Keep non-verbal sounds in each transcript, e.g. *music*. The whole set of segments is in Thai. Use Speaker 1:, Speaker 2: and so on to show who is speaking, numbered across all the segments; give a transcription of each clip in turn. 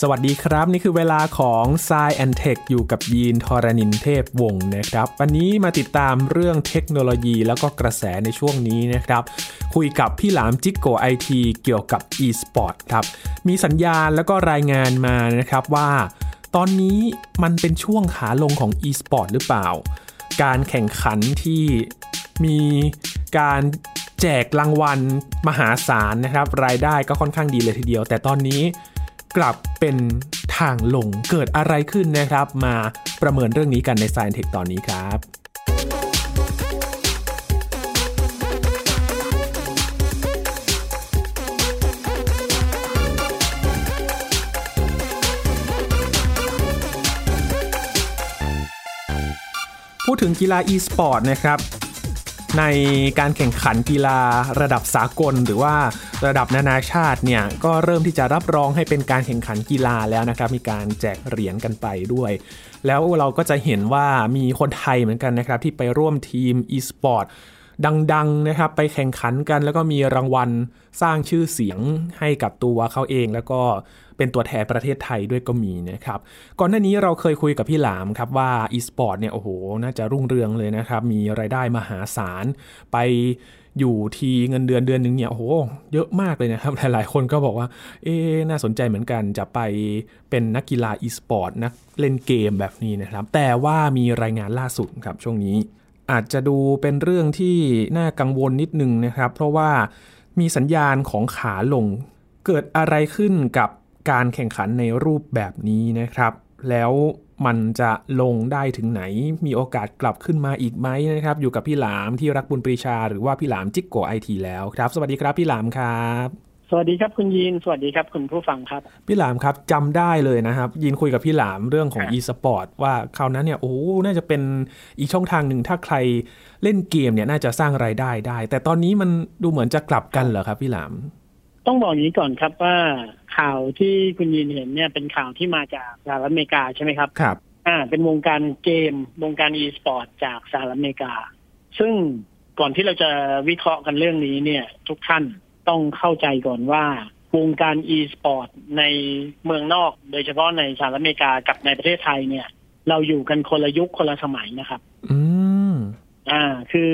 Speaker 1: สวัสดีครับ นี่คือเวลาของ s ซแอนเทคอยู่กับยีนทอรานินเทพวงศ์นะครับ วันนี้มาติดตามเรื่องเทคโนโลยีแล้วก็กระแสในช่วงนี้นะครับ คุยกับพี่หลามจิกโกไอทีเกี่ยวกับ e-sport ครับ มีสัญญาณแล้วก็รายงานมานะครับว่า ตอนนี้มันเป็นช่วงขาลงของ e-sport หรือเปล่า การแข่งขันที่มีการแจกรางวัลมหาศาลนะครับ รายได้ก็ค่อนข้างดีเลยทีเดียว แต่ตอนนี้ กลับเป็นทางลงเกิดอะไรขึ้นนะครับ มาประเมินเรื่องนี้กันใน s ซ i e n t e c h ตอนนี้ครับ พูดถึงกีฬา e-sport นะครับ ในการแข่งขันกีฬาระดับสากล หรือว่าระดับนานาชาติเนี่ยก็เริ่มที่จะรับรองให้เป็นการแข่งขันกีฬาแล้วนะครับ มีการแจกเหรียญกันไปด้วย แล้วเราก็จะเห็นว่ามีคนไทยเหมือนกันนะครับ ที่ไปร่วมทีม e-sport ดังๆนะครับ ไปแข่งขันกัน แล้วก็มีรางวัลสร้างชื่อเสียงให้กับตัวเขาเอง แล้วก็เป็นตัวแทนประเทศไทยด้วยก็มีนะครับ ก่อนหน้านี้เราเคยคุยกับพี่หลามครับว่า e-sport เนี่ยโอ้โห น่าจะรุ่งเรืองเลยนะครับ มีรายได้มหาศาล ไปอยู่ทีเงินเดือนเดือนหนึ่งเนี่ยโอ้โห เยอะมากเลยนะครับ หลายๆคนก็บอกว่า เอ๊ะน่าสนใจเหมือนกันจะไปเป็นนักกีฬา e-sport นักเล่นเกมแบบนี้นะครับ แต่ว่ามีรายงานล่าสุดครับช่วงนี้ อาจจะดูเป็นเรื่องที่น่ากังวลนิดนึงนะครับ เพราะว่ามีสัญญาณของขาลง เกิดอะไรขึ้นกับการแข่งขันในรูปแบบนี้นะครับ แล้วมันจะลงได้ถึงไหน มีโอกาสกลับขึ้นมาอีกไหมนะครับ อยู่กับพี่หลามที่รักบุญปรีชาหรือว่าพี่หลามจิกโกไอทีแล้วครับ สวัสดีครับพี่หลามครับ
Speaker 2: สวัสดีครับคุณยีน สวัสดีครับคุณผู้ฟังครับ
Speaker 1: พี่หลามครับจำได้เลยนะครับ ยินคุยกับพี่หลามเรื่องของ
Speaker 2: ครับ
Speaker 1: e-sport ว่าคราวนั้นเนี่ยโอ้โหน่าจะเป็นอีกช่องทางหนึ่งถ้าใครเล่นเกมเนี่ยน่าจะสร้างรายได้ได้ แต่ตอนนี้มันดูเหมือนจะกลับกันเหรอครับพี่หลาม
Speaker 2: ต้องบอกอย่างนี้ก่อนครับว่าข่าวที่คุณยีนเห็นเนี่ยเป็นข่าวที่มาจากสหรัฐอเมริกาใช่ไหมครับ
Speaker 1: ครับ
Speaker 2: อ่า เป็นวงการเกม วงการ e สปอร์ตจากสหรัฐอเมริกา ซึ่งก่อนที่เราจะวิเคราะห์กันเรื่องนี้เนี่ย ทุกท่านต้องเข้าใจก่อนว่า วงการ e สปอร์ตในเมืองนอก โดยเฉพาะในสหรัฐอเมริกากับในประเทศไทยเนี่ย เราอยู่กันคนละยุคคนละสมัยนะครับ
Speaker 1: อืม
Speaker 2: อ่า คือ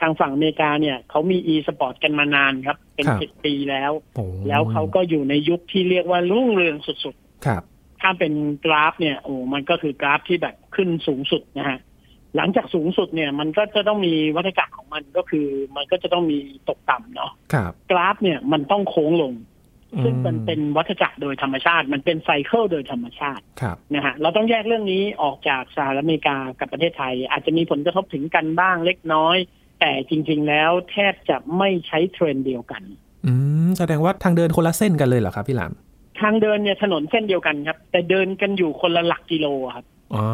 Speaker 2: ทางฝั่งอเมริกาเนี่ยเขามี e สปอร์ตกันมานานครับ เป็น
Speaker 1: ครับ
Speaker 2: สิบปีแล้ว
Speaker 1: โอ้
Speaker 2: แล้วเขาก็อยู่ในยุคที่เรียกว่ารุ่งเรืองสุด
Speaker 1: ครับ
Speaker 2: ๆ ถ้าเป็นกราฟเนี่ยโอ้ มันก็คือกราฟที่แบบขึ้นสูงสุดนะฮะ หลังจากสูงสุดเนี่ย มันก็จะต้องมีวัฏจักรของมันก็คือ มันก็จะต้องมีตกต่ำเนาะ
Speaker 1: ครับ
Speaker 2: กราฟเนี่ยมันต้องโค้งลง ซึ่งมันเป็นวัฏจักรโดยธรรมชาติ มันเป็นไซเคิลโดยธรรมชาติ
Speaker 1: ครับ
Speaker 2: นะฮะเราต้องแยกเรื่องนี้ออกจากสหรัฐอเมริกากับประเทศไทย อาจจะมีผลกระทบถึงกันบ้างเล็กน้อย แต่จริง ๆ แล้วแทบจะไม่ใช้เทรนด์เดียวกัน
Speaker 1: อืมแสดงว่าทางเดินคนละเส้นกันเลยเหรอครับพี่หลาม
Speaker 2: ทางเดินเนี่ยถนนเส้นเดียวกันครับ แต่เดินกันอยู่คนละหลักกิโลครับ
Speaker 1: อ๋อ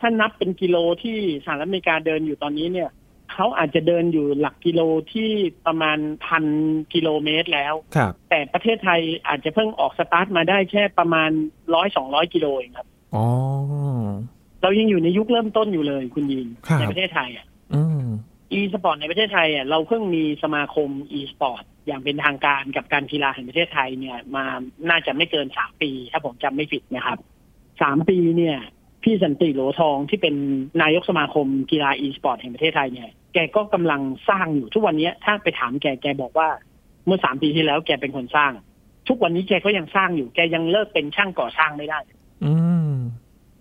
Speaker 2: ถ้านับเป็นกิโลที่สหรัฐอเมริกาเดินอยู่ตอนนี้เนี่ยเขาอาจจะเดินอยู่หลักกิโลที่ประมาณพันกิโลเมตรแล้ว
Speaker 1: ครับ
Speaker 2: แต่ประเทศไทยอาจจะเพิ่งออกสตาร์ทมาได้แค่ประมาณร้อยสองร้อยกิโลเองครับ
Speaker 1: อ๋อ
Speaker 2: เรายังอยู่ในยุคเริ่มต้นอยู่เลยคุณยิน
Speaker 1: ครับ
Speaker 2: ในประเทศไทยอะ
Speaker 1: อืม
Speaker 2: อีสปอร์ตในประเทศไทยอ่ะเราเพิ่งมีสมาคมอีสปอร์ตอย่างเป็นทางการกับการกีฬาแห่งประเทศไทยเนี่ย มาน่าจะไม่เกินสามปี ถ้าผมจำไม่ผิดนะครับสามปีเนี่ย พี่สันติโหลทองที่เป็นนายกสมาคมกีฬาอีสปอร์ตแห่งประเทศไทยเนี่ย แกก็กำลังสร้างอยู่ทุกวันเนี้ยถ้าไปถามแกแกบอกว่า เมื่อสามปีที่แล้วแกเป็นคนสร้าง ทุกวันนี้แกก็ยังสร้างอยู่ แกยังเลิกเป็นช่างก่อสร้างไม่ได้
Speaker 1: อืม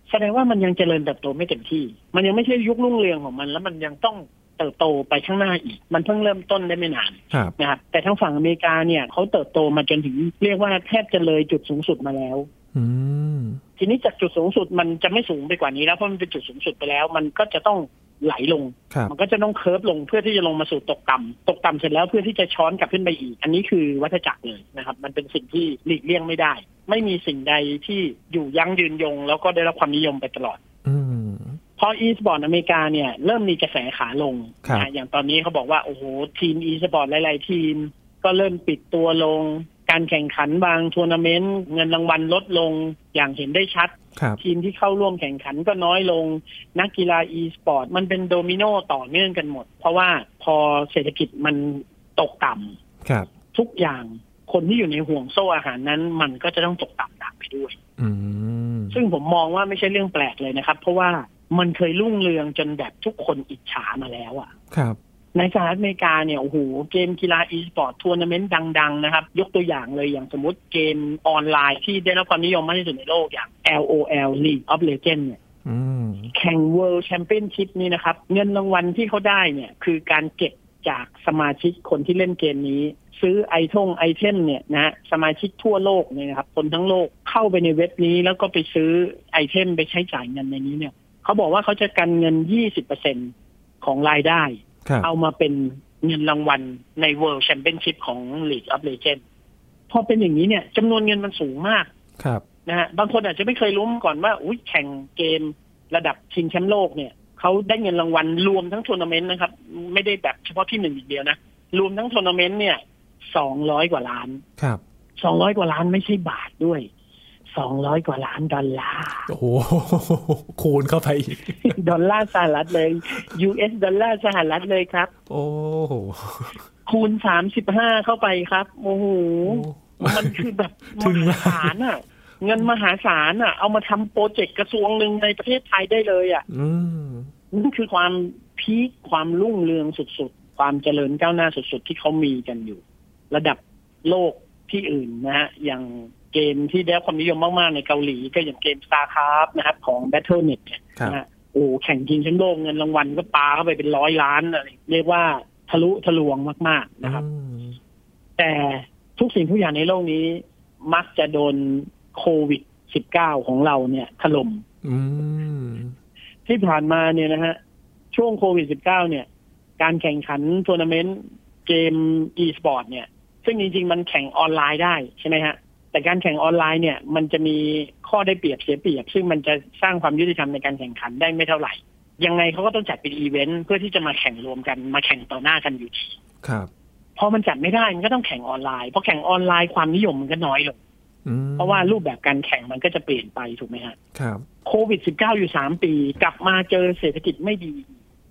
Speaker 2: แสดงว่ามันยังเจริญเติบโตไม่เต็มที่ มันยังไม่ใช่ยุครุ่งเรืองของมัน แล้วมันยังต้องเติบโตไปข้างหน้าอีก มันเพิ่งเริ่มต้นได้ไม่นาน
Speaker 1: ครับ
Speaker 2: นะครับ แต่ทางฝั่งอเมริกาเนี่ยเขาเติบโตมาจนถึงเรียกว่าแทบจะเลยจุดสูงสุดมาแล้ว
Speaker 1: อืม
Speaker 2: ทีนี้จากจุดสูงสุดมันจะไม่สูงไปกว่านี้แล้วเพราะมันเป็นจุดสูงสุดไปแล้ว มันก็จะต้องไหลลง
Speaker 1: ครับ
Speaker 2: มันก็จะต้องเคิร์ฟลงเพื่อที่จะลงมาสู่ตกต่ำตกต่ำเสร็จแล้วเพื่อที่จะช้อนกลับขึ้นไปอีก อันนี้คือวัฏจักรเลยนะครับ มันเป็นสิ่งที่หลีกเลี่ยงไม่ได้ ไม่มีสิ่งใดที่อยู่ยั้งยืนยง แล้วก็ได้รับความนิยมไปตลอด
Speaker 1: อืม
Speaker 2: พออีสปอร์ตอเมริกาเนี่ยเริ่มมีกระแสขาลง
Speaker 1: ครับ
Speaker 2: นะอย่างตอนนี้เขาบอกว่า โอ้โห ทีมอีสปอร์ตหลาย ๆ ทีม ก็เริ่มปิดตัวลง การแข่งขันบางทัวร์นาเมนต์เงินรางวัลลดลงอย่างเห็นได้ชัด
Speaker 1: ครับ
Speaker 2: ทีมที่เข้าร่วมแข่งขันก็น้อยลง นักกีฬาอีสปอร์ตมันเป็นโดมิโนต่อเนื่องกันหมด เพราะว่าพอเศรษฐกิจมันตกต่ำ
Speaker 1: ครับ
Speaker 2: ทุกอย่างคนที่อยู่ในห่วงโซ่อาหารนั้น มันก็จะต้องตกต่ำตาม ด้วย
Speaker 1: อืม
Speaker 2: ซึ่งผมมองว่าไม่ใช่เรื่องแปลกเลยนะครับ เพราะว่ามันเคยรุ่งเรืองจนแบบทุกคนอิจฉามาแล้วอะ
Speaker 1: ครับ
Speaker 2: ในสหรัฐอเมริกาเนี่ยโอ้โหเกมกีฬา e สปอร์ตทัวร์นาเมนต์ดัง ๆ นะครับ ยกตัวอย่างเลยอย่างสมมติเกมออนไลน์ที่ได้รับความนิยมมากที่สุดในโลกอย่าง LOL League of Legends เนี่ย
Speaker 1: อืม
Speaker 2: แข่ง World Championship นี่นะครับ เงินรางวัลที่เขาได้เนี่ย คือการเก็บจากสมาชิกคนที่เล่นเกมนี้ ซื้อไอทงไอเทมเนี่ยนะฮะสมาชิกทั่วโลกเนี่ยนะครับ คนทั้งโลกเข้าไปในเว็บนี้ แล้วก็ไปซื้อไอเทมไปใช้จ่ายเงินในนี้เนี่ยเขาบอกว่าเขาจะกันเงิน 20%ของรายได้
Speaker 1: ครับ
Speaker 2: เอามาเป็นเงินรางวัลใน World Championship ของ League of Legends พอเป็นอย่างนี้เนี่ยจำนวนเงินมันสูงมาก
Speaker 1: ครับ
Speaker 2: นะฮะบางคนอาจจะไม่เคยรู้มาก่อนว่าอุ้ยแข่งเกมระดับชิงแชมป์โลกเนี่ยเขาได้เงินรางวัลรวมทั้งทัวร์นาเมนต์นะครับ ไม่ได้แบบเฉพาะที่หนึ่งอย่างเดียวนะ รวมทั้งทัวร์นาเมนต์เนี่ยสองร้อยกว่าล้าน
Speaker 1: ครับ
Speaker 2: สองร้อยกว่าล้านไม่ใช่บาทด้วยสองร้อยกว่าล้านดอลลาร์ *laughs*
Speaker 1: โอ้โห คูณเข้าไปอีก
Speaker 2: ดอลลาร์สหรัฐเลย US ดอลลาร์สหรัฐเลยครับ
Speaker 1: โอ้โห
Speaker 2: คูณสามสิบห้าเข้าไปครับโอ้โห
Speaker 1: โอ้
Speaker 2: มันคือแบบ
Speaker 1: ถึ
Speaker 2: ม
Speaker 1: ง
Speaker 2: หา
Speaker 1: ล้าน
Speaker 2: ศาลอ่ะ เงินมหาศาลอ่ะ เอามาทำโปรเจกต์กระทรวงหนึ่งในประเทศไทยได้เลยอ่ะ
Speaker 1: อืม
Speaker 2: นี่คือความพีคความรุ่งเรืองสุดๆ ความเจริญก้าวหน้าสุดๆ ที่เขามีกันอยู่ ระดับโลกที่อื่นนะฮะ อย่างเกมที่ได้รับความนิยมมากๆ ในเกาหลี ก็อย่างเกม StarCraft นะครับของ Battle.net เนี่ย
Speaker 1: ครับ
Speaker 2: นะฮะโอ้แข่งจริงแชมป์โลกเงินรางวัลก็ปาเข้าไปเป็นร้อยล้านอะไรเรียกว่าทะลุทะลวงมากๆนะครับ
Speaker 1: อืม
Speaker 2: แต่ทุกสิ่งทุกอย่างในโลกนี้ มักจะโดนโควิด -19 ของเราเนี่ยถล่ม
Speaker 1: อืม
Speaker 2: ที่ผ่านมาเนี่ยนะฮะ ช่วงโควิด -19 เนี่ย การแข่งขันทัวร์นาเมนต์เกม e สปอร์ตเนี่ย ซึ่งจริง ๆ มันแข่งออนไลน์ได้ใช่ไหมฮะ แต่การแข่งออนไลน์เนี่ย มันจะมีข้อได้เปรียบเสียเปรียบ ซึ่งมันจะสร้างความยุติธรรมในการแข่งขันได้ไม่เท่าไหร่ ยังไงเขาก็ต้องจัดเป็นอีเวนต์เพื่อที่จะมาแข่งรวมกันมาแข่งต่อหน้ากันอยู่ดี
Speaker 1: ครับ
Speaker 2: พอมันจัดไม่ได้มันก็ต้องแข่งออนไลน์พอแข่งออนไลน์ความนิยมมันก็น้อยลง
Speaker 1: อืม
Speaker 2: เพราะว่ารูปแบบการแข่งมันก็จะเปลี่ยนไปถูกไหมฮะ
Speaker 1: ครับ
Speaker 2: โควิด 19 อยู่ 3 ปี กลับมาเจอเศรษฐกิจไม่ดี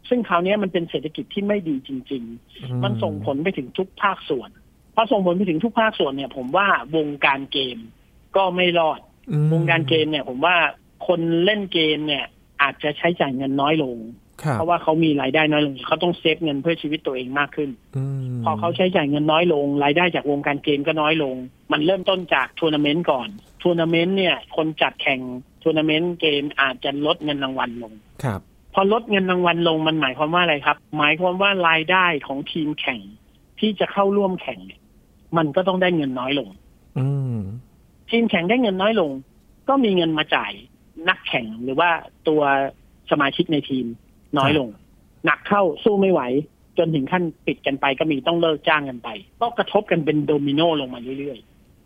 Speaker 2: ซึ่งคราวเนี้ยมันเป็นเศรษฐกิจที่ไม่ดีจริง ๆ มันส่งผลไปถึงทุกภาคส่วน พอส่งผลไปถึงทุกภาคส่วนเนี่ย ผมว่าวงการเกมก็ไม่รอด
Speaker 1: อืม
Speaker 2: วงการเกมเนี่ย ผมว่าคนเล่นเกมเนี่ย อาจจะใช้จ่ายเงินน้อยลง
Speaker 1: ครับ
Speaker 2: เพราะว่าเขามีรายได้น้อยลง เขาต้องเซฟเงินเพื่อชีวิตตัวเองมากขึ้น
Speaker 1: ม
Speaker 2: พอเขาใช้จ่ายเงินน้อยลง รายได้จากวงการเกมก็น้อยลง มันเริ่มต้นจากทัวร์นาเมนต์ก่อนทัวร์นาเมนต์เนี่ย คนจัดแข่งทัวร์นาเมนต์เกมอาจจะลดเงินรางวัลลง
Speaker 1: ครับ
Speaker 2: พอลดเงินรางวัลลงมันหมายความว่าอะไรครับ หมายความว่ารายได้ของทีมแข่งที่จะเข้าร่วมแข่งเนี่ยมันก็ต้องได้เงินน้อยลง
Speaker 1: อืม
Speaker 2: ทีมแข่งได้เงินน้อยลง ก็มีเงินมาจ่ายนักแข่งหรือว่าตัวสมาชิกในทีมน้อยลง หนักเข้าสู้ไม่ไหว จนถึงขั้นปิดกันไปก็มีต้องเลิกจ้างกันไป ก็กระทบกันเป็นโดมิโนลงมาเรื่อย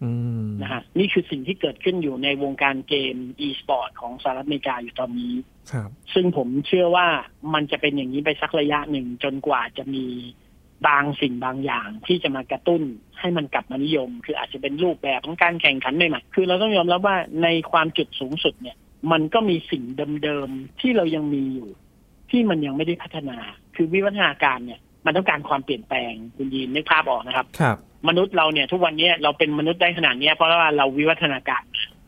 Speaker 1: อืม
Speaker 2: ๆนะฮะนี่คือสิ่งที่เกิดขึ้นอยู่ในวงการเกม e-sport ของสหรัฐอเมริกาอยู่ตอนนี้
Speaker 1: ครับ
Speaker 2: ซึ่งผมเชื่อว่ามันจะเป็นอย่างนี้ไปสักระยะหนึ่งจนกว่าจะมีบางสิ่งบางอย่างที่จะมากระตุ้นให้มันกลับมานิยม คืออาจจะเป็นรูปแบบของการแข่งขันใหม่ๆคือเราต้องยอมรับว่าในความจุดสูงสุดเนี่ย มันก็มีสิ่งเดิมๆที่เรายังมีอยู่ ที่มันยังไม่ได้พัฒนา คือวิวัฒนาการเนี่ย มันต้องการความเปลี่ยนแปลงคุณยีนนึกภาพออกนะครับ
Speaker 1: ครับ
Speaker 2: มนุษย์เราเนี่ย ทุกวันนี้เราเป็นมนุษย์ได้ขนาดเนี้ยเพราะว่าเราวิวัฒนาการ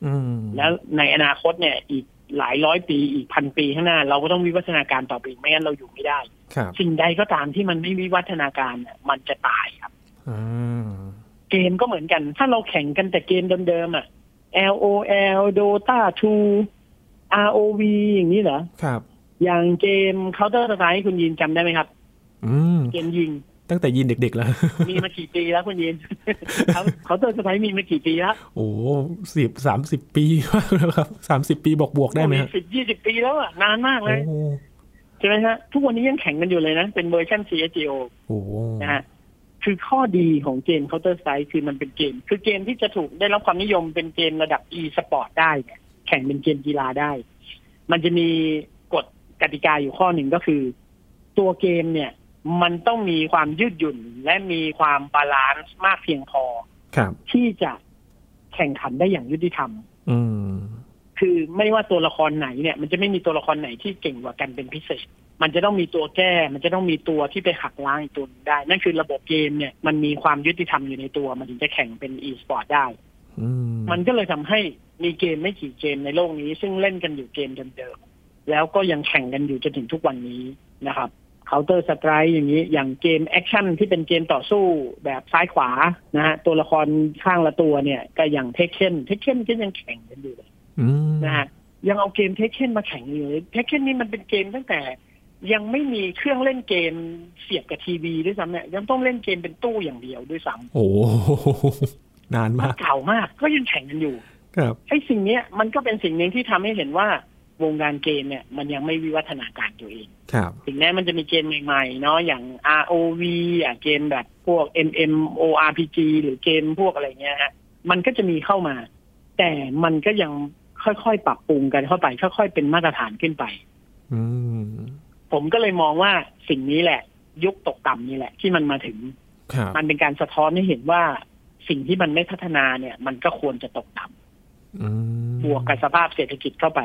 Speaker 1: อืม
Speaker 2: แล้วในอนาคตเนี่ยอีกหลายร้อยปีอีกพันปีข้างหน้า เราก็ต้องวิวัฒนาการต่อไปอีกไม่งั้นเราอยู่ไม่ได้
Speaker 1: ครับ
Speaker 2: สิ่งใดก็ตามที่มันไม่วิวัฒนาการน่ะมันจะตายครับ
Speaker 1: อืม
Speaker 2: เกมก็เหมือนกัน ถ้าเราแข่งกันแต่เกมเดิมๆอ่ะ LOL Dota 2 ROV อย่างนี้เหรอ
Speaker 1: ครับ
Speaker 2: อย่างเกม Counter Strike คุณยินจำได้ไหมครับ
Speaker 1: อืม
Speaker 2: เกมยิง
Speaker 1: ตั้งแต่ยินเด็ก ๆ แล้ว
Speaker 2: มีมากี่ปีแล้วคุณยิน *laughs* Counter Strike มีมากี่ปีแล้ว
Speaker 1: โอ้สิบสามสิบปีมากแล้วครับสามสิบปีบวกบวกๆได้ไหมฮะ
Speaker 2: สิบยี่สิบปีแล้วอ่ะนานมากเล
Speaker 1: โอ้
Speaker 2: ยใช่ไหมฮะทุกวันนี้ยังแข่งกันอยู่เลยนะเป็นเวอร์ชัน CSGO
Speaker 1: โห
Speaker 2: นะฮะคือข้อดีของเกม Counter Strike คือมันเป็นเกม คือเกมที่จะถูกได้รับความนิยมเป็นเกมระดับ e-sport ได้เนี่ยแข่งเป็นเกมกีฬาได้ มันจะมีกฎกติกาอยู่ข้อหนึ่งก็คือ ตัวเกมเนี่ย มันต้องมีความยืดหยุ่น และมีความบาลานซ์มากเพียงพอ
Speaker 1: ครับ
Speaker 2: ที่จะแข่งขันได้อย่างยุติธรรม
Speaker 1: อืม
Speaker 2: คือไม่ว่าตัวละครไหนเนี่ย มันจะไม่มีตัวละครไหนที่เก่งกว่ากันเป็นพิเศษ มันจะต้องมีตัวแก้ มันจะต้องมีตัวที่ไปหักล้างอีกตัวหนึ่งได้ นั่นคือระบบเกมเนี่ย มันมีความยุติธรรมอยู่ในตัว มันถึงจะแข่งเป็น e-sport ได้
Speaker 1: อื
Speaker 2: มันก็เลยทำให้มีเกมไม่กี่เกมในโลกนี้ ซึ่งเล่นกันอยู่เกมเดิมๆแล้วก็ยังแข่งกันอยู่จนถึงทุกวันนี้นะครับ Counter Strike อย่างนี้อย่างเกมแอคชั่นที่เป็นเกมต่อสู้แบบซ้ายขวานะฮะตัวละครข้างละตัวเนี่ย ก็อย่างเทคเช่นเทคเช่นก็ยังแข่งกันอยู่เลย
Speaker 1: อืม
Speaker 2: นะฮะยังเอาเกมเทคเช่นมาแข่งอยู่เลยเทคเช่นนี่มันเป็นเกมตั้งแต่ ยังไม่มีเครื่องเล่นเกมเสียบกับทีวีด้วยซ้ำเนี่ยยังต้องเล่นเกมเป็นตู้อย่างเดียวด้วยซ้
Speaker 1: โอ้โหนาน
Speaker 2: ำมัน
Speaker 1: มาก
Speaker 2: เก่ามากก็ยังแข่งกันอยู่
Speaker 1: ครับ
Speaker 2: ไอ้สิ่งเนี้ยมันก็เป็นสิ่งหนึ่งที่ทำให้เห็นว่าวงการเกมเนี่ย มันยังไม่วิวัฒนาการตัวเอง
Speaker 1: ครับ
Speaker 2: ถึงแม้มันจะมีเกมใหม่ๆเนาะอย่าง ROV อ่ะเกมแบบพวก MMORPG หรือเกมพวกอะไรเงี้ยฮะมันก็จะมีเข้ามา แต่มันก็ยังค่อยๆ ปรับปรุงกันเข้าไป ค่อยๆ เป็นมาตรฐานขึ้นไป
Speaker 1: อืม
Speaker 2: ผมก็เลยมองว่าสิ่งนี้แหละ ยุคตกต่ำนี่แหละ ที่มันมาถึง
Speaker 1: ครับ
Speaker 2: มันเป็นการสะท้อนให้เห็นว่าสิ่งที่มันไม่พัฒนาเนี่ย มันก็ควรจะตกต่ำ
Speaker 1: อืม
Speaker 2: บวกกับสภาพเศรษฐกิจเข้าไป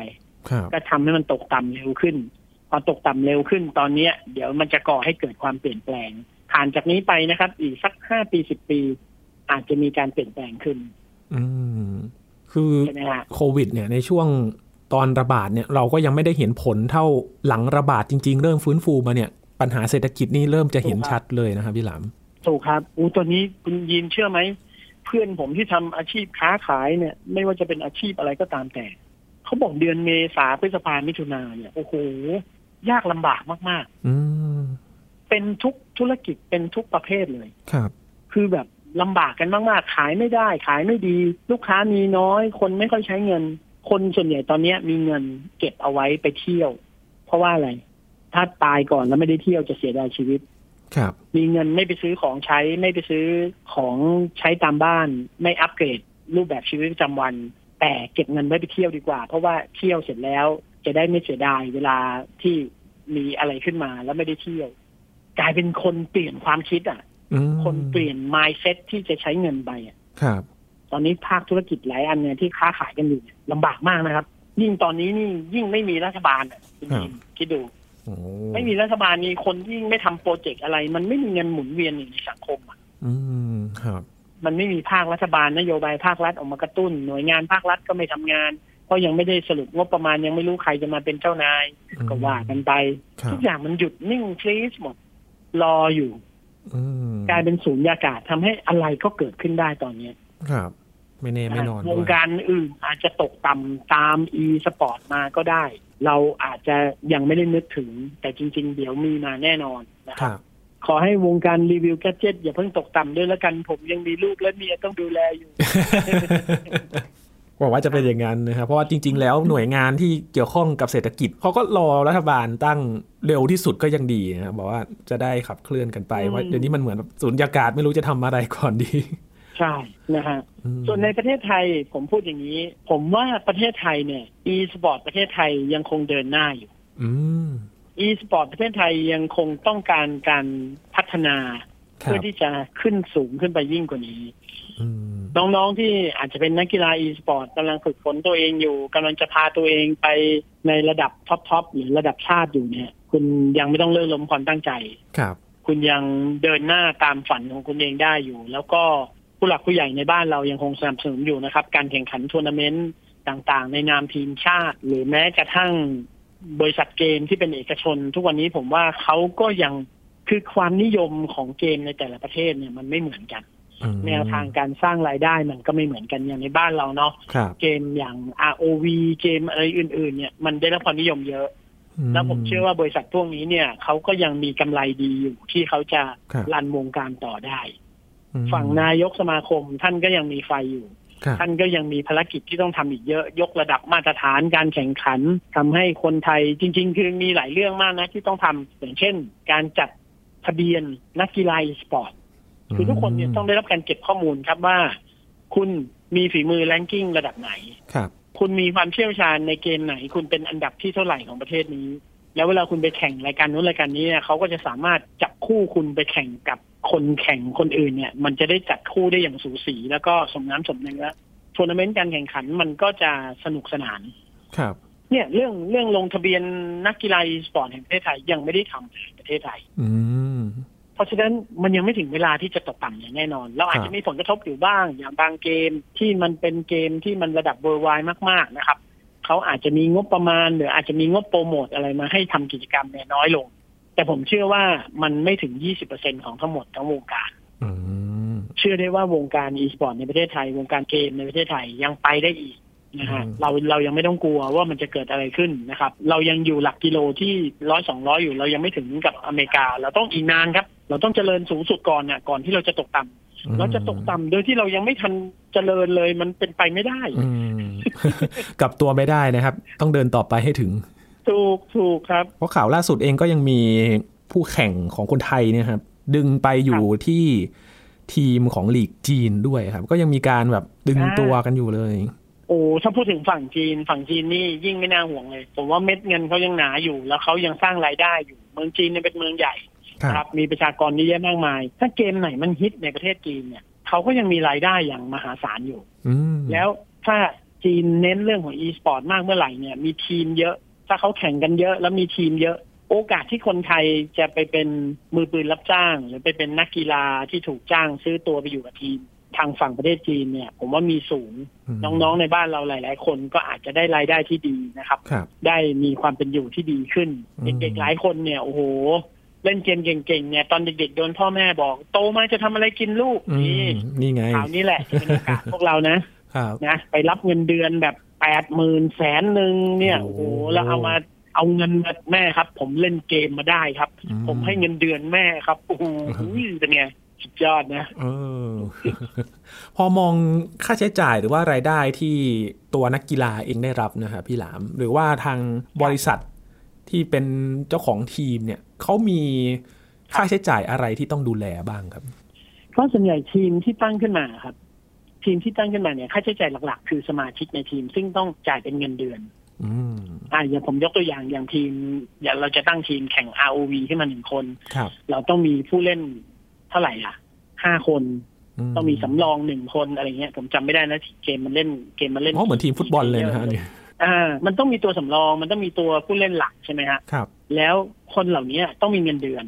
Speaker 1: ครับ
Speaker 2: ก็ทำให้มันตกต่ำเร็วขึ้น พอตกต่ำเร็วขึ้นตอนเนี้ย เดี๋ยวมันจะก่อให้เกิดความเปลี่ยนแปลง ผ่านจากนี้ไปนะครับ อีกสักห้าปีสิบปี อาจจะมีการเปลี่ยนแปลงขึ้น
Speaker 1: อืมคือ
Speaker 2: ใช่ไหมฮะ
Speaker 1: โควิดเนี่ยในช่วงตอนระบาดเนี่ยเราก็ยังไม่ได้เห็นผลเท่าหลังระบาดจริง ๆ เริ่มฟื้นฟูมาเนี่ย ปัญหาเศรษฐกิจนี่เริ่มจะเห็นชัดเลยนะครับพี่หลาม
Speaker 2: ถูกครับอู้ตอนนี้คุณยินเชื่อไหม เพื่อนผมที่ทำอาชีพค้าขายเนี่ย ไม่ว่าจะเป็นอาชีพอะไรก็ตามแต่ เขาบอกเดือนเมษาพฤษภามิถุนาเนี่ยโอ้โหยากลำบากมาก
Speaker 1: อืม
Speaker 2: ๆ เป็นทุกธุรกิจเป็นทุกประเภทเลย
Speaker 1: ครับ
Speaker 2: คือแบบลำบากกันมากๆ ขายไม่ได้ ขายไม่ดี ลูกค้ามีน้อย คนไม่ค่อยใช้เงิน คนส่วนใหญ่ตอนเนี้ยมีเงินเก็บเอาไว้ไปเที่ยว เพราะว่าอะไร ถ้าตายก่อนแล้วไม่ได้เที่ยวจะเสียดายชีวิต
Speaker 1: ครับ
Speaker 2: มีเงินไม่ไปซื้อของใช้ ไม่ไปซื้อของใช้ตามบ้าน ไม่อัปเกรดรูปแบบชีวิตประจำวัน แต่เก็บเงินไว้ไปเที่ยวดีกว่า เพราะว่าเที่ยวเสร็จแล้วจะได้ไม่เสียดายเวลาที่มีอะไรขึ้นมาแล้วไม่ได้เที่ยว กลายเป็นคนเปลี่ยนความคิดอ่ะ
Speaker 1: อืม
Speaker 2: คนเปลี่ยน mindset ที่จะใช้เงินไปอะ
Speaker 1: ครับ
Speaker 2: ตอนนี้ภาคธุรกิจหลายอันเนี่ยที่ค้าขายกันอยู่เนี่ยลำบากมากนะครับ ยิ่งตอนนี้นี่ยิ่งไม่มีรัฐบาลอะคุณยินคิดดู
Speaker 1: โอ้
Speaker 2: ไม่มีรัฐบาลมีคนยิ่งไม่ทำโปรเจกต์อะไร มันไม่มีเงินหมุนเวียนอยู่ในสังคมอะ
Speaker 1: อืมครับ
Speaker 2: มันไม่มีภาครัฐบาลนโยบายภาครัฐออกมากระตุ้น หน่วยงานภาครัฐก็ไม่ทำงาน เพราะยังไม่ได้สรุปงบประมาณยังไม่รู้ใครจะมาเป็นเจ้านาย
Speaker 1: อืม
Speaker 2: ก็ว่ากันไป
Speaker 1: ครับ
Speaker 2: ทุกอย่างมันหยุดนิ่งฟรีซหมดรออยู่
Speaker 1: อืม
Speaker 2: กลายเป็นศูนยากาศทำให้อะไรก็เกิดขึ้นได้ตอนนี้
Speaker 1: ครับ ไม่แน่ไม่นอน
Speaker 2: วง
Speaker 1: ด้วย
Speaker 2: การอื่นอาจจะตกต่ำตาม e สปอร์ตมาก็ได้ เราอาจจะยังไม่ได้นึกถึง แต่จริง ๆ เดี๋ยวมีมาแน่นอนนะค
Speaker 1: ครับ *laughs* รับ
Speaker 2: ขอให้วงการรีวิวแกดเจิตอย่าเพิ่งตกต่ำด้วยแล้วกัน ผมยังมีลูกและเมียต้องดูแล
Speaker 1: *laughs*
Speaker 2: อยู่
Speaker 1: หวังว่าจะเป็นอย่างนั้นนะครับเพราะว่าจริง ๆ แล้วหน่วยงานที่เกี่ยวข้องกับเศรษฐกิจเขาก็รอรัฐบาลตั้งเร็วที่สุดก็ยังดีนะครับบอกว่าจะได้ขับเคลื่อนกันไป
Speaker 2: อืม
Speaker 1: ว่าเดี๋ยวนี้มันเหมือนแบบสุญญากาศไม่รู้จะทำอะไรก่อนดี
Speaker 2: ใช่นะฮะ
Speaker 1: อืม
Speaker 2: ส่วนในประเทศไทยผมพูดอย่างนี้ ผมว่าประเทศไทยเนี่ย e สปอร์ตประเทศไทยยังคงเดินหน้าอยู่
Speaker 1: อืม
Speaker 2: e สปอร์ตประเทศไทยยังคงต้องการการพัฒนา
Speaker 1: ครั
Speaker 2: เพื่อบ ที่จะขึ้นสูงขึ้นไปยิ่งกว่านี้
Speaker 1: อืม
Speaker 2: น้องๆ ที่อาจจะเป็นนักกีฬา e-sport กำลังฝึกฝนตัวเองอยู่กำลังจะพาตัวเองไปในระดับท็อปๆหรือระดับชาติอยู่เนี่ย คุณยังไม่ต้องเลิกล้มความตั้งใจ
Speaker 1: ครับ
Speaker 2: คุณยังเดินหน้าตามฝันของคุณเองได้อยู่ แล้วก็ผู้หลักผู้ใหญ่ในบ้านเรายังคงสนับสนุนอยู่นะครับ การแข่งขันทัวร์นาเมนต์ต่างๆ ในนามทีมชาติ หรือแม้กระทั่งบริษัทเกมที่เป็นเอกชน ทุกวันนี้ผมว่าเขาก็ยังคือความนิยมของเกมในแต่ละประเทศเนี่ยมันไม่เหมือนกัน
Speaker 1: อืม
Speaker 2: แนวทางการสร้างรายได้มันก็ไม่เหมือนกันอย่างในบ้านเราเนาะ
Speaker 1: ครับ
Speaker 2: เกมอย่าง ROV เกมอะไรอื่น ๆ เนี่ยมันได้รับความนิยมเยอะ แล้วผมเชื่อว่าบริษัทพวกนี้เนี่ยเขาก็ยังมีกำไรดีอยู่ที่เขาจะ
Speaker 1: ครับ
Speaker 2: รันวงการต่อได้
Speaker 1: อืม
Speaker 2: ฝั่งนายกสมาคมท่านก็ยังมีไฟอยู่
Speaker 1: ครับ
Speaker 2: ท่านก็ยังมีภารกิจที่ต้องทำอีกเยอะ ยกระดับมาตรฐานการแข่งขันทำให้คนไทยจริง ๆ คือมีหลายเรื่องมากนะที่ต้องทำอย่างเช่น การจัดทะเบียนนักกีฬาอีสปอร์ต คือทุกคนเนี่ยต้องได้รับการเก็บข้อมูลครับว่า คุณมีฝีมือแรงกิ้งระดับไหน
Speaker 1: ครับ
Speaker 2: คุณมีความเชี่ยวชาญในเกมไหน คุณเป็นอันดับที่เท่าไหร่ของประเทศนี้ แล้วเวลาคุณไปแข่งรายการนู้นรายการนี้เนี่ยเขาก็จะสามารถจับคู่คุณไปแข่งกับคนแข่งคนอื่นเนี่ย มันจะได้จัดคู่ได้อย่างสูสี แล้วก็สมน้ำสมเนื้อทัวร์นาเมนต์การแข่งขันมันก็จะสนุกสนาน
Speaker 1: ครับ
Speaker 2: เนี่ยเรื่องเรื่องลงทะเบียนนักกีฬาอีสปอร์ตแห่งประเทศไทยยังไม่ได้ทำในประเทศไทย
Speaker 1: อืม
Speaker 2: เพราะฉะนั้นมันยังไม่ถึงเวลาที่จะตกต่ำอย่างแน่นอน เราอาจจะมีผลกระทบอยู่บ้าง อย่างบางเกมที่มันเป็นเกมที่มันระดับเวอร์ไวมากๆนะครับเขาอาจจะมีงบประมาณ หรืออาจจะมีงบโปรโมทอะไรมาให้ทำกิจกรรมเนี่ยน้อยลง แต่ผมเชื่อว่ามันไม่ถึง 20%ของทั้งหมดทั้งวงการ
Speaker 1: อืม
Speaker 2: เชื่อได้ว่าวงการอีสปอร์ตในประเทศไทย วงการเกมในประเทศไทยยังไปได้อีกนะฮะเราเรายังไม่ต้องกลัวว่ามันจะเกิดอะไรขึ้นนะครับ เรายังอยู่หลักกิโลที่ร้อยสองร้อยอยู่เรายังไม่ถึงกับอเมริกา เราต้องอีกนานครับ เราต้องเจริญสูงสุดก่อนน่ะก่อนที่เราจะตกต่ำเราจะตกต่ำโดยที่เรายังไม่ทันเจริญเลยมันเป็นไปไม่ได้
Speaker 1: อืม *laughs* กลับตัวไม่ได้นะครับ ต้องเดินต่อไปให้ถึง
Speaker 2: ถูกถูกครับ
Speaker 1: เพราะข่าวล่าสุดเองก็ยังมีผู้แข่งของคนไทยเนี่ยครับ ดึงไปอยู่ที่ทีมของลีกจีนด้วยครับ ก็ยังมีการแบบดึง
Speaker 2: อ่า
Speaker 1: ตัวกันอยู่เลย
Speaker 2: โอ้ถ้าพูดถึงฝั่งจีน ฝั่งจีนนี่ยิ่งไม่น่าห่วงเลย ผมว่าเม็ดเงินเขายังหนาอยู่ แล้วเขายังสร้างรายได้อยู่ เมืองจีนเนี่ยเป็นเมืองใหญ่ ครับมีประชากรเยอะแยะมากมาย ถ้าเกมไหนมันฮิตในประเทศจีนเนี่ยเขาก็ยังมีรายได้อย่างมหาศาลอยู่
Speaker 1: อืม
Speaker 2: แล้วถ้าจีนเน้นเรื่องของ e-sport มากเมื่อไหร่เนี่ยมีทีมเยอะ ถ้าเขาแข่งกันเยอะ แล้วมีทีมเยอะ โอกาสที่คนไทยจะไปเป็นมือปืนรับจ้าง หรือไปเป็นนักกีฬาที่ถูกจ้างซื้อตัวไปอยู่กับทีม ทางฝั่งประเทศจีนเนี่ยผมว่ามีสูง
Speaker 1: ม
Speaker 2: น้องๆในบ้านเราหลาย ๆ คนก็อาจจะได้รายได้ที่ดีนะครับ
Speaker 1: ครับ
Speaker 2: ได้มีความเป็นอยู่ที่ดีขึ้น
Speaker 1: อืม
Speaker 2: เด็กๆหลายคนเนี่ย โอ้โห เล่นเกมเก่งๆเนี่ยตอนเด็กๆโดนพ่อแม่บอก โตมาจะทำอะไรกินลูก
Speaker 1: อืม
Speaker 2: นี่
Speaker 1: นี่ไง
Speaker 2: ข่าวนี้แหละจะเป็นโอกาส พวกเรานะครับ นะไปรับเงินเดือนแบบแปดหมื่นแสนหนึ่งเนี่ย
Speaker 1: โอ้
Speaker 2: โอ้
Speaker 1: โห
Speaker 2: โหแล้วเอามาเอาเงินมาแม่ครับ ผมเล่นเกมมาได้ครับ
Speaker 1: อืม
Speaker 2: ผมให้เงินเดือนแม่ครับโอ้โห
Speaker 1: อืม
Speaker 2: เป็นไงสุดยอดนะ
Speaker 1: เออ พอมองค่าใช้จ่ายหรือว่ารายได้ที่ตัวนักกีฬาเองได้รับนะครับพี่หลาม หรือว่าทางบริษัทที่เป็นเจ้าของทีมเนี่ยเขามีค่าใช้จ่ายอะไรที่ต้องดูแลบ้างครับ
Speaker 2: เพราะส่วนใหญ่ทีมที่ตั้งขึ้นมาครับ ทีมที่ตั้งขึ้นมาเนี่ยค่าใช้จ่ายหลักๆ คือสมาชิกในทีมซึ่งต้องจ่ายเป็นเงินเดือน
Speaker 1: อืม
Speaker 2: อ่าอย่างผมยกตัวอย่างอย่างทีม อย่างเราจะตั้งทีมแข่ง ROV ขึ้นมาหนึ่งคน
Speaker 1: ครับ
Speaker 2: เราต้องมีผู้เล่นเท่าไหร่ล่ะห้าคน ต้องมีสำรองหนึ่งคนอะไรเงี้ย ผมจำไม่ได้นะเกมมันเล่นเกมมันเล่น
Speaker 1: อ๋อเหมือนทีมฟุตบอลเลยนะฮะเนี่ย
Speaker 2: อ่า มันต้องมีตัวสำรอง มันต้องมีตัวผู้เล่นหลักใช่ไหมฮะ
Speaker 1: ครับ
Speaker 2: แล้วคนเหล่านี้ต้องมีเงินเดือน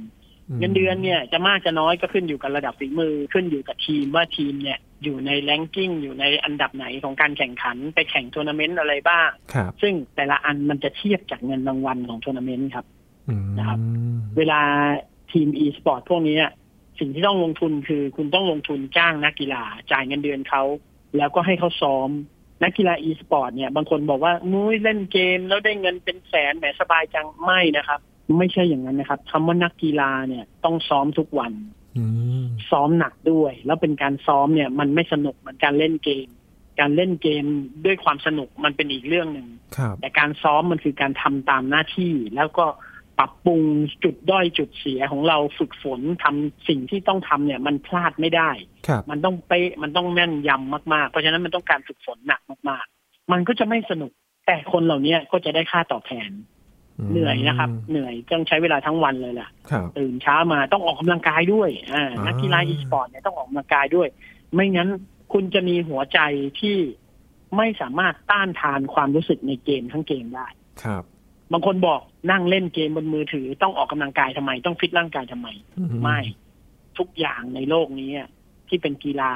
Speaker 1: อืม
Speaker 2: เงินเดือนเนี่ยจะมากจะน้อยก็ขึ้นอยู่กับระดับฝีมือขึ้นอยู่กับทีมว่าทีมเนี่ยอยู่ในแรงกิ้งอยู่ในอันดับไหนของการแข่งขันไปแข่งทัวร์นาเมนต์อะไรบ้าง
Speaker 1: ครับ
Speaker 2: ซึ่งแต่ละอันมันจะเทียบจากเงินรางวัลของทัวร์นาเมนต์ครับ
Speaker 1: อืม
Speaker 2: นะครับ เวลาทีม e-sport พวกนี้อะสิ่งที่ต้องลงทุนคือคุณต้องลงทุนจ้างนักกีฬา จ่ายเงินเดือนเขา แล้วก็ให้เขาซ้อม นักกีฬา e-sport เนี่ย บางคนบอกว่ามุ้ยเล่นเกมแล้วได้เงินเป็นแสนแหมสบายจังไม่นะครับ ไม่ใช่อย่างนั้นนะครับคำว่านักกีฬาเนี่ยต้องซ้อมทุกวัน
Speaker 1: อืม
Speaker 2: ซ้อมหนักด้วย แล้วเป็นการซ้อมเนี่ยมันไม่สนุกเหมือนการเล่นเกม การเล่นเกมด้วยความสนุกมันเป็นอีกเรื่องหนึ่ง
Speaker 1: ครับ
Speaker 2: แต่การซ้อมมันคือการทำตามหน้าที่ แล้วก็ปรับปรุงจุดด้อยจุดเสียของเราฝึกฝนทำสิ่งที่ต้องทำเนี่ยมันพลาดไม่ได้
Speaker 1: ครับ
Speaker 2: มันต้องเป๊ะมันต้องแม่นยำมากๆ เพราะฉะนั้นมันต้องการฝึกฝนหนักมากๆ มันก็จะไม่สนุก แต่คนเหล่านี้ก็จะได้ค่าตอบแทน เหนื่อยนะครับ เหนื่อยต้องใช้เวลาทั้งวันเลยล่ะ
Speaker 1: ครับ
Speaker 2: ตื่นเช้ามาต้องออกกำลังกายด้วยอ่า
Speaker 1: อ่านั
Speaker 2: นักกีฬาอีสปอร์ตเนี่ยต้องออกกำลังกายด้วย ไม่งั้นคุณจะมีหัวใจที่ไม่สามารถต้านทานความรู้สึกในเกมทั้งเกมได้
Speaker 1: ครับ
Speaker 2: บางคนบอกนั่งเล่นเกมบนมือถือ ต้องออกกำลังกายทำไม ต้องฟิตร่างกายทำไม
Speaker 1: อื
Speaker 2: ไม่ ทุกอย่างในโลกนี้อะที่เป็นกีฬา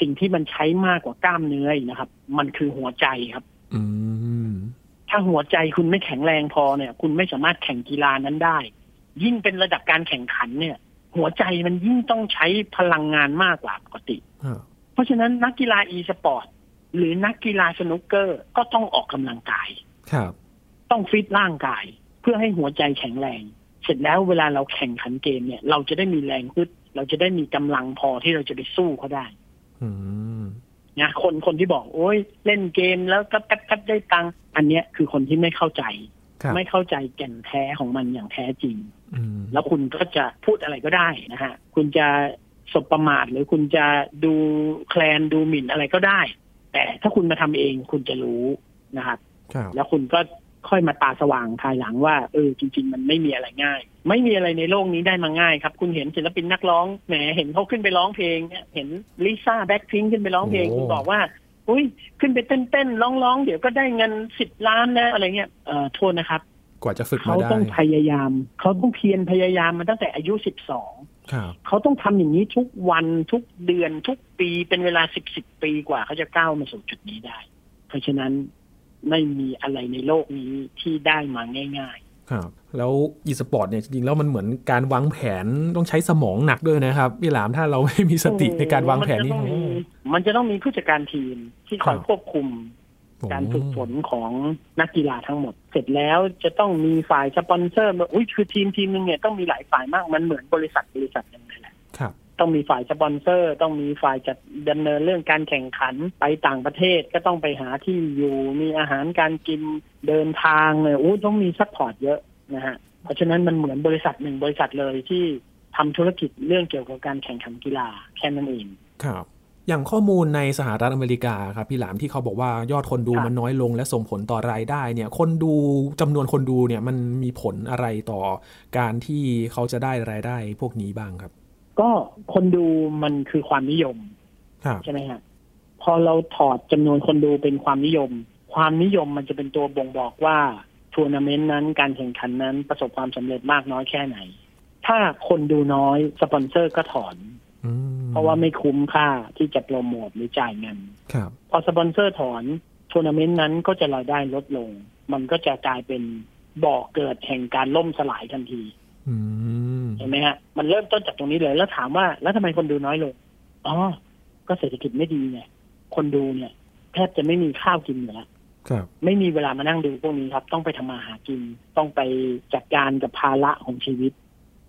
Speaker 2: สิ่งที่มันใช้มากกว่ากล้ามเนื้ออีกนะครับ มันคือหัวใจครับ
Speaker 1: อืม
Speaker 2: ถ้าหัวใจคุณไม่แข็งแรงพอเนี่ย คุณไม่สามารถแข่งกีฬานั้นได้ ยิ่งเป็นระดับการแข่งขันเนี่ย หัวใจมันยิ่งต้องใช้พลังงานมากกว่าปกติ
Speaker 1: อ่า
Speaker 2: เพราะฉะนั้นนักกีฬาอีสปอร์ตหรือนักกีฬาสนุกเกอร์ก็ต้องออกกำลังกาย
Speaker 1: ครับ
Speaker 2: ต้องฟิตร่างกาย เพื่อให้หัวใจแข็งแรง เสร็จแล้วเวลาเราแข่งขันเกมเนี่ย เราจะได้มีแรงพึดเราจะได้มีกำลังพอที่เราจะไปสู้เขาได้
Speaker 1: อืม
Speaker 2: นะคนคนที่บอกโอ้ยเล่นเกมแล้วก็กัดกัดได้ตังค์อันเนี้ยคือคนที่ไม่เข้าใจ
Speaker 1: ครับ
Speaker 2: ไม่เข้าใจแก่นแท้ของมันอย่างแท้จริง
Speaker 1: อืม
Speaker 2: แล้วคุณก็จะพูดอะไรก็ได้นะฮะคุณจะสบประมาทหรือคุณจะดูแคลนดูหมิ่นอะไรก็ได้ แต่ถ้าคุณมาทำเองคุณจะรู้นะครับ
Speaker 1: ครับ
Speaker 2: แล้วคุณก็ค่อยมาตาสว่างภายหลังว่าเออจริง ๆ มันไม่มีอะไรง่าย ไม่มีอะไรในโลกนี้ได้มาง่ายครับ คุณเห็นศิลปินนักร้องแหมเห็นเขาขึ้นไปร้องเพลงเนี่ยเห็นลิซ่าแบ็คพิงขึ้นไปร้องเพลงคุณบอกว่า อุ้ยขึ้นไปเต้นๆร้องๆ เดี๋ยวก็ได้เงินสิบล้านนะอะไรเงี้ยเออโทษนะครับ
Speaker 1: กว่าจะฝึกมา
Speaker 2: เขา
Speaker 1: ได้
Speaker 2: ต้องพยายาม เขาต้องเพียรพยายามมาตั้งแต่อายุสิบสอง
Speaker 1: ครับ
Speaker 2: เขาต้องทำอย่างนี้ทุกวันทุกเดือนทุกปีเป็นเวลาสิบสิบปีกว่าเขาจะก้าวมาสู่จุดนี้ได้ เพราะฉะนั้นไม่มีอะไรในโลกนี้ที่ได้มาง่าย
Speaker 1: ครับแล้วอีสปอร์ตเนี่ยจริงๆแล้วมันเหมือนการวางแผนต้องใช้สมองหนักด้วยนะครับพี่หลามถ้าเราไม่มี
Speaker 2: ๆ
Speaker 1: สติในการวางแผนนี่
Speaker 2: มัจะ
Speaker 1: โอ้
Speaker 2: ต้อง
Speaker 1: โห
Speaker 2: มีมันจะต้องมีผู้จัดการทีมที่คอย
Speaker 1: ครับ
Speaker 2: ควบคุม การฝึกฝนของนักกีฬาทั้งหมด เสร็จแล้วจะต้องมีฝ่ายสปอนเซอร์มาอุ้ยคือทีมทีมหนึงเนี่ยต้องมีหลายฝ่ายมากมันเหมือนบริษัทบริษัทหนึ่งเลยแหละ
Speaker 1: ครับ
Speaker 2: ต้องมีฝ่ายสปอนเซอร์ ต้องมีฝ่ายจัดดำเนินเรื่องการแข่งขันไปต่างประเทศก็ต้องไปหาที่อยู่มีอาหารการกินเดินทางเลยอู้ต้องมีซัพพอร์ตเยอะนะฮะเพราะฉะนั้นมันเหมือนบริษัทหนึ่งบริษัทเลยที่ทำธุรกิจเรื่องเกี่ยวกับการแข่งขันกีฬาแค่นั้นเอง
Speaker 1: ครับ อย่างข้อมูลในสหรัฐอเมริกาครับพี่หลามที่เขาบอกว่ายอดคนดู
Speaker 2: ครับ
Speaker 1: มันน้อยลงและส่งผลต่อรายได้เนี่ย คนดูจำนวนคนดูเนี่ยมันมีผลอะไรต่อการที่เขาจะได้รายได้พวกนี้บ้างครับ
Speaker 2: ก็คนดูมันคือความนิยม
Speaker 1: ครับ
Speaker 2: ใช่ไหมฮะพอเราถอดจำนวนคนดูเป็นความนิยม ความนิยมมันจะเป็นตัวบ่งบอกว่าทัวร์นาเมนต์นั้นการแข่งขันนั้นประสบความสำเร็จมากน้อยแค่ไหน ถ้าคนดูน้อยสปอนเซอร์ก็ถอน
Speaker 1: อืม
Speaker 2: เพราะว่าไม่คุ้มค่าที่จะโปรโมทหรือจ่ายเงิน
Speaker 1: ครับ
Speaker 2: พอสปอนเซอร์ถอนทัวร์นาเมนต์นั้นก็จะรายได้ลดลง มันก็จะกลายเป็นบ่อเกิดแห่งการล่มสลายทันที
Speaker 1: อืม
Speaker 2: เห็นไหมฮะ มันเริ่มต้นจากตรงนี้เลย แล้วถามว่า แล้วทำไมคนดูน้อยลง อ๋อ ก็เศรษฐกิจไม่ดีไง คนดูเนี่ย แทบจะไม่มีข้าวกินอยู่แล้ว
Speaker 1: ครับ
Speaker 2: ไม่มีเวลามานั่งดูพวกนี้ครับ ต้องไปทำมาหากิน ต้องไปจัดการกับภาระของชีวิต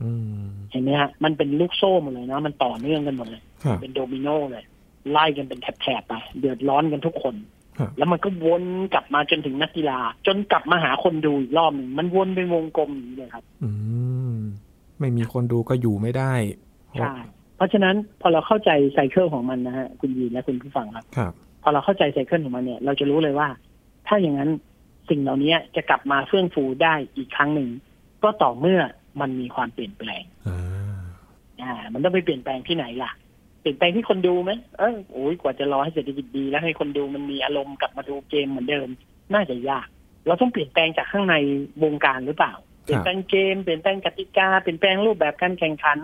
Speaker 1: อืม
Speaker 2: เห็นไหมฮะ มันเป็นลูกโซ่หมดเลยนะ มันต่อเนื่องกันหมดเลย
Speaker 1: ครับ
Speaker 2: เป็นโดมิโนเลย ไล่กันเป็นแถบๆไป เดือดร้อนกันทุกคน
Speaker 1: ครับ
Speaker 2: แล้วมันก็วนกลับมาจนถึงนักกีฬา จนกลับมาหาคนดูอีกรอบหนึ่ง มันวนเป็นวงกลมอย่างนี้เลยครับ
Speaker 1: อืมไม่มีคนดูก็อยู่ไม่ได้
Speaker 2: ใช่ เพราะฉะนั้นพอเราเข้าใจไซเคิลของมันนะฮะคุณยีนและคุณผู้ฟังครับ
Speaker 1: ครับ
Speaker 2: พอเราเข้าใจไซเคิลของมันเนี่ย เราจะรู้เลยว่า ถ้าอย่างนั้นสิ่งเหล่านี้จะกลับมาเฟื่องฟูได้อีกครั้งหนึ่ง ก็ต่อเมื่อมันมีความเปลี่ยนแปลง
Speaker 1: อ่า
Speaker 2: อ่ามันต้องไปเปลี่ยนแปลงที่ไหนล่ะ เปลี่ยนแปลงที่คนดูไหมเออโอ้ยกว่าจะรอให้เศรษฐกิจดีแล้วให้คนดูมันมีอารมณ์กลับมาดูเกมเหมือนเดิม น่าจะยาก เราต้องเปลี่ยนแปลงจากข้างในวงการหรือเปล่า เปลี่ยนแปลงเกม เปลี่ยนแปลงกติกา เปลี่ยนแปลงรูปแบบการแข่งขัน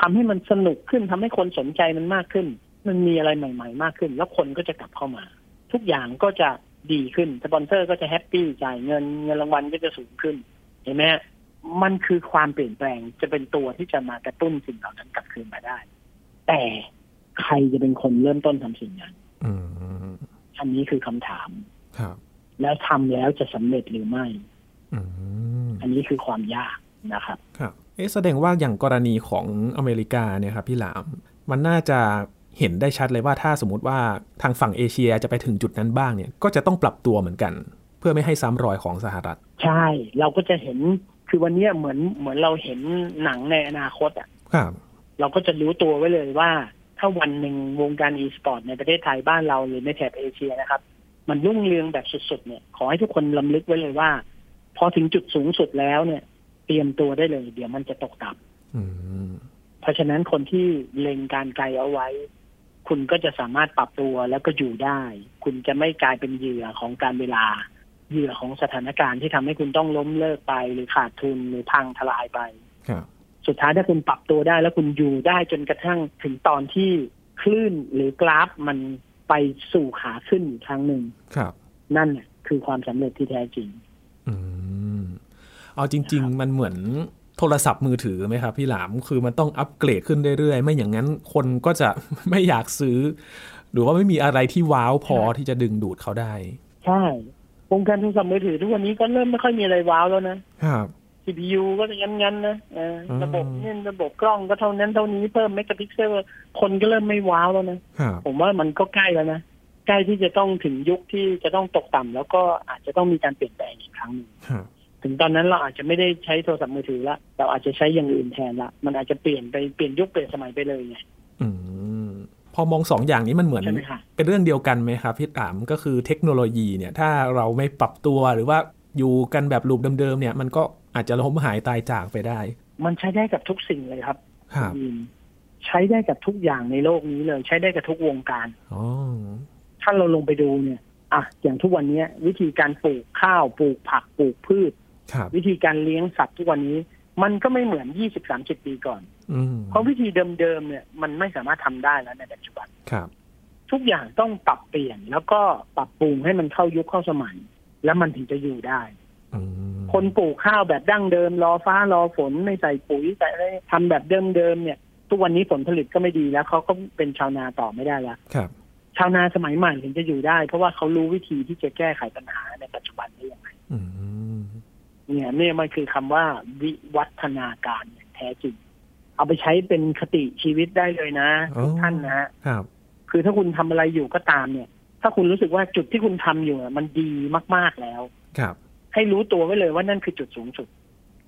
Speaker 2: ทำให้มันสนุกขึ้นทำให้คนสนใจมันมากขึ้น มันมีอะไรใหม่ ๆ มากขึ้น แล้วคนก็จะกลับเข้ามา ทุกอย่างก็จะดีขึ้นสปอนเซอร์ก็จะแฮปปี้จ่ายเงินเงินรางวัลก็จะสูงขึ้น เห็นไหมฮะมันคือความเปลี่ยนแปลงจะเป็นตัวที่จะมากระตุ้นสิ่งเหล่านั้นกลับคืนมาได้ แต่ใครจะเป็นคนเริ่มต้นทำสิ่งนั้น
Speaker 1: อืม
Speaker 2: อันนี้คือคำถาม
Speaker 1: ครับ
Speaker 2: แล้วทำแล้วจะสำเร็จหรือไม่
Speaker 1: อืม
Speaker 2: อันนี้คือความยากนะครับ
Speaker 1: ครับเอ๊ะแสดงว่าอย่างกรณีของอเมริกาเนี่ยครับพี่หลาม มันน่าจะเห็นได้ชัดเลยว่าถ้าสมมติว่าทางฝั่งเอเชียจะไปถึงจุดนั้นบ้างเนี่ย ก็จะต้องปรับตัวเหมือนกัน เพื่อไม่ให้ซ้ำรอยของสหรัฐ
Speaker 2: ใช่ เราก็จะเห็นคือวันเนี้ยเหมือนเหมือนเราเห็นหนังในอนาคตอ่ะ
Speaker 1: ครับ
Speaker 2: เราก็จะรู้ตัวไว้เลยว่า ถ้าวันหนึ่งวงการอีสปอร์ตในประเทศไทยบ้านเราหรือในแถบเอเชียนะครับ มันรุ่งเรืองแบบสุดๆเนี่ยขอให้ทุกคนลำลึกไว้เลยว่า พอถึงจุดสูงสุดแล้วเนี่ย เตรียมตัวได้เลย เดี๋ยวมันจะตกต่
Speaker 1: อืม
Speaker 2: ำเพราะฉะนั้นคนที่เล็งการไกลเอาไว้ คุณก็จะสามารถปรับตัวแล้วก็อยู่ได้ คุณจะไม่กลายเป็นเหยื่อของการเวลา เหยื่อของสถานการณ์ที่ทำให้คุณต้องล้มเลิกไป หรือขาดทุนหรือพังทลายไป
Speaker 1: ครับ
Speaker 2: สุดท้ายถ้าคุณปรับตัวได้ แล้วคุณอยู่ได้จนกระทั่งถึงตอนที่คลื่นหรือกราฟมันไปสู่ขาขึ้นอีกครั้งหนึ่ง
Speaker 1: ครับ
Speaker 2: นั่นน่ะคือความสำเร็จที่แท้จริง
Speaker 1: อืม เอาจริง ๆ มันเหมือนโทรศัพท์มือถือไหมครับพี่หลาม คือมันต้องอัปเกรดขึ้นเรื่อยๆ ไม่อย่างนั้นคนก็จะ ไม่อยากซื้อ หรือว่าไม่มีอะไรที่ว้าวพอที่จะดึงดูดเขาได้
Speaker 2: ใช่วงการโทรศัพท์มือถือทุกวันนี้ก็เริ่มไม่ค่อยมีอะไรว้าวแล้วนะ
Speaker 1: ครับ
Speaker 2: CPU ก็จะงั้นๆนะเอออ
Speaker 1: ม
Speaker 2: ระบบเนี่ยระบบกล้องก็เท่านั้นเท่านี้เพิ่มเมกะพิกเซลคนก็เริ่มไม่ว้าวแล้วนะ
Speaker 1: ครับ
Speaker 2: ผมว่ามันก็ใกล้แล้วนะ ใกล้ที่จะต้องถึงยุคที่จะต้องตกต่ำแล้วก็อาจจะต้องมีการเปลี่ยนแปลงอีกครั้งหนึ่ง
Speaker 1: ครับ
Speaker 2: ถึงตอนนั้นเราอาจจะไม่ได้ใช้โทรศัพท์มือถือละเราอาจจะใช้อย่างอื่นแทนละ มันอาจจะเปลี่ยนไปเปลี่ยนยุคเปลี่ยนสมัยไปเลยไง
Speaker 1: อืมพอมองสองอย่างนี้มันเหมือน
Speaker 2: ใช่ไหมคะ
Speaker 1: เป็นเรื่องเดียวกันไหมครับพี่ตามก็คือเทคโนโลยีเนี่ยถ้าเราไม่ปรับตัวหรือว่าอยู่กันแบบลูปเดิมๆเนี่ยมันก็อาจจะล้มหายตายจากไปได้
Speaker 2: มันใช้ได้กับทุกสิ่งเลยครับ
Speaker 1: ครับ
Speaker 2: อืมใช้ได้กับทุกอย่างในโลกนี้เลย ใช้ได้กับทุกวงการ
Speaker 1: อ๋อ
Speaker 2: ถ้าเราลงไปดูเนี่ยอ่ะอย่างทุกวันเนี้ย วิธีการปลูกข้าวปลูกผักปลูกพืช
Speaker 1: ครับ
Speaker 2: วิธีการเลี้ยงสัตว์ทุกวันนี้ มันก็ไม่เหมือนยี่สิบสามสิบปีก่อน
Speaker 1: อืม
Speaker 2: เพราะวิธีเดิมๆเนี่ยมันไม่สามารถทำได้แล้วในปัจจุบัน
Speaker 1: ครับ
Speaker 2: ทุกอย่างต้องปรับเปลี่ยน แล้วก็ปรับปรุงให้มันเข้ายุคเข้าสมัย แล้วมันถึงจะอยู่ได้
Speaker 1: อืม
Speaker 2: คนปลูกข้าวแบบดั้งเดิม รอฟ้ารอฝนไม่ใส่ปุ๋ยใส่อะไรทำแบบเดิมๆเนี่ย ทุกวันนี้ผลผลิตก็ไม่ดีแล้วเขาก็เป็นชาวนาต่อไม่ได้แล้ว
Speaker 1: ครับ
Speaker 2: ชาวนาสมัยใหม่ถึงจะอยู่ได้ เพราะว่าเขารู้วิธีที่จะแก้ไขปัญหาในปัจจุบันได้อย่างไร
Speaker 1: อืม
Speaker 2: เนี่ยเนี่ยมันคือคำว่าวิวัฒนาการอย่างแท้จริง เอาไปใช้เป็นคติชีวิตได้เลยนะทุกท่านนะฮะ
Speaker 1: ครับ
Speaker 2: คือถ้าคุณทำอะไรอยู่ก็ตามเนี่ย ถ้าคุณรู้สึกว่าจุดที่คุณทำอยู่อะมันดีมากๆแล้ว
Speaker 1: ครับ
Speaker 2: ให้รู้ตัวไว้เลยว่านั่นคือจุดสูงสุด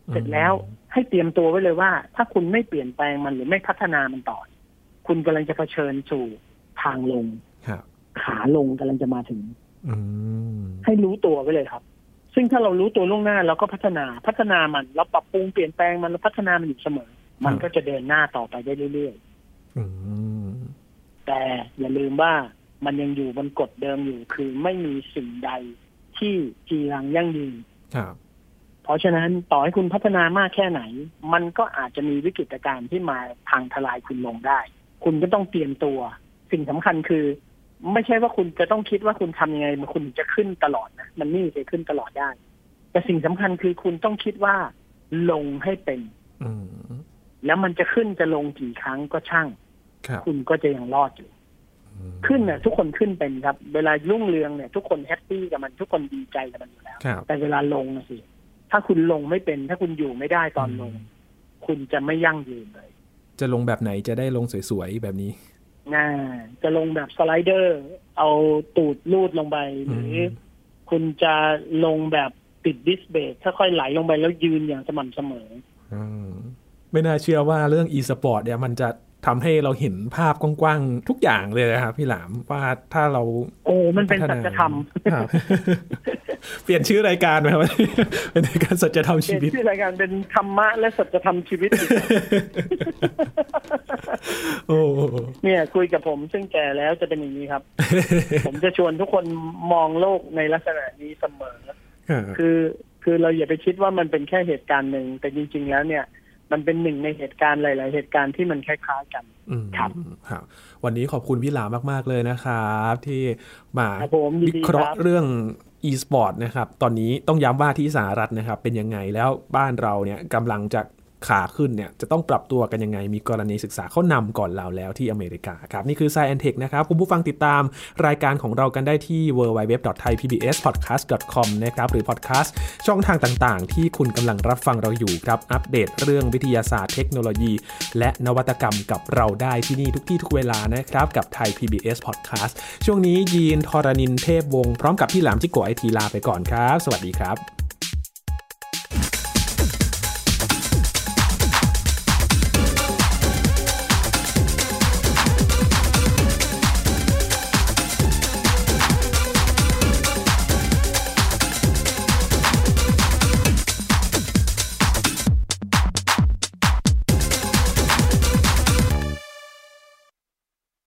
Speaker 1: อืม
Speaker 2: เสร็จแล้วให้เตรียมตัวไว้เลยว่า ถ้าคุณไม่เปลี่ยนแปลงมันหรือไม่พัฒนามันต่อ คุณกำลังจะเผชิญสู่ทางลง
Speaker 1: ครับ
Speaker 2: ขาลงกำลังจะมาถึง
Speaker 1: อืม
Speaker 2: ให้รู้ตัวไว้เลยครับ ซึ่งถ้าเรารู้ตัวล่วงหน้าเราก็พัฒนาพัฒนามันเราปรับปรุงเปลี่ยนแปลงมันเราพัฒนามันอยู่เสมอ มันก็จะเดินหน้าต่อไปได้เรื่อยๆ
Speaker 1: อืม
Speaker 2: แต่อย่าลืมว่ามันยังอยู่บนกฎเดิมอยู่คือไม่มีสิ่งใดที่จีรังยั่งยืน
Speaker 1: ครับ
Speaker 2: เพราะฉะนั้นต่อให้คุณพัฒนามากแค่ไหน มันก็อาจจะมีวิกฤตการณ์ที่มาพังทลายคุณลงได้ คุณก็ต้องเตรียมตัว สิ่งสำคัญคือ ไม่ใช่ว่าคุณจะต้องคิดว่าคุณทำยังไงมันคุณจะขึ้นตลอดนะมันไม่มีใครขึ้นตลอดได้ แต่สิ่งสำคัญคือคุณต้องคิดว่า ลงให้เป็น
Speaker 1: อืม
Speaker 2: แล้วมันจะขึ้นจะลงกี่ครั้งก็ช่าง
Speaker 1: ครับ
Speaker 2: คุณก็จะยังรอดอยู่ ขึ้นน่ะทุกคนขึ้นเป็นครับ เวลารุ่งเรืองเนี่ยทุกคนแฮปปี้กับมันทุกคนดีใจกับมันอยู่แล้ว
Speaker 1: ครับ
Speaker 2: แต่เวลาลงนะสิถ้าคุณลงไม่เป็น ถ้าคุณอยู่ไม่ได้ตอนลง คุณจะไม่ยั่งยืนเลย
Speaker 1: จะลงแบบไหนจะได้ลงสวยๆแบบนี้
Speaker 2: น่าจะลงแบบสไลเดอร์ เอาตูดลูดลงไปหรืออ
Speaker 1: ม
Speaker 2: คุณจะลงแบบปิดดิสเบรกค่อยๆไหลลงไปแล้วยืนอย่างสม่ำเสมอ
Speaker 1: อืมไม่น่าเชื่อว่าเรื่อง e-sport เนี่ยมันจะทำให้เราเห็นภาพกว้างๆ ทุกอย่างเลยนะครับพี่หลามว่าถ้าเรา
Speaker 2: โอ้มันเป็นสัจธรรม
Speaker 1: ครับ *laughs* เปลี่ยนชื่อรายการไหมครับ *laughs* เป็นรายการสัจธรรม
Speaker 2: เป
Speaker 1: ชี
Speaker 2: ลี่ย
Speaker 1: วิต
Speaker 2: นชื่อรายการเป็นธรรมะและสัจธรรมชีวิต
Speaker 1: โอ้ *laughs*
Speaker 2: เนี่ยคุยกับผมซึ่งแก่แล้วจะเป็นอย่างนี้ครับ *laughs* ผมจะชวนทุกคนมองโลกในลักษณะนี้เสมอ คือ คือเราอย่าไปคิดว่ามันเป็นแค่เหตุการณ์หนึ่ง แต่จริง ๆ แล้วเนี่ย มันเป็นหนึ่งในเหตุการณ์หลาย ๆ เหตุการณ์ที่มันคล้ายๆกัน
Speaker 1: อืม
Speaker 2: ครับ
Speaker 1: ครับวันนี้ขอบคุณพี่หลามมาก ๆ เลยนะครับ ที่มา
Speaker 2: ครับผมยินดี
Speaker 1: เคราะห์
Speaker 2: ครับ
Speaker 1: เรื่อง e-sport นะครับ ตอนนี้ต้องย้ำว่าที่สหรัฐนะครับ เป็นยังไงแล้วบ้านเราเนี่ยกำลังจะขาขึ้นเนี่ยจะต้องปรับตัวกันยังไง มีกรณีศึกษาเขานำก่อนเราแล้วที่อเมริกาครับ นี่คือ s ซ e n t e c h นะครับ คุณผู้ฟังติดตามรายการของเรากันได้ที่ www.thaipbspodcast.com นะครับหรือ podcast ช่องทางต่างๆ ที่คุณกำลังรับฟังเราอยู่ครับ อัปเดตเรื่องวิทยาศาสตร์เทคโนโลยี และนวัตกรรมกับเราได้ที่นี่ทุกที่ทุกเวลานะครับ กับไทย PBS Podcast ช่วงนี้ยีนทรณินเทพวงศ์พร้อมกับพี่หลามจิโกะไอทีลาไปก่อนครับ สวัสดีครับ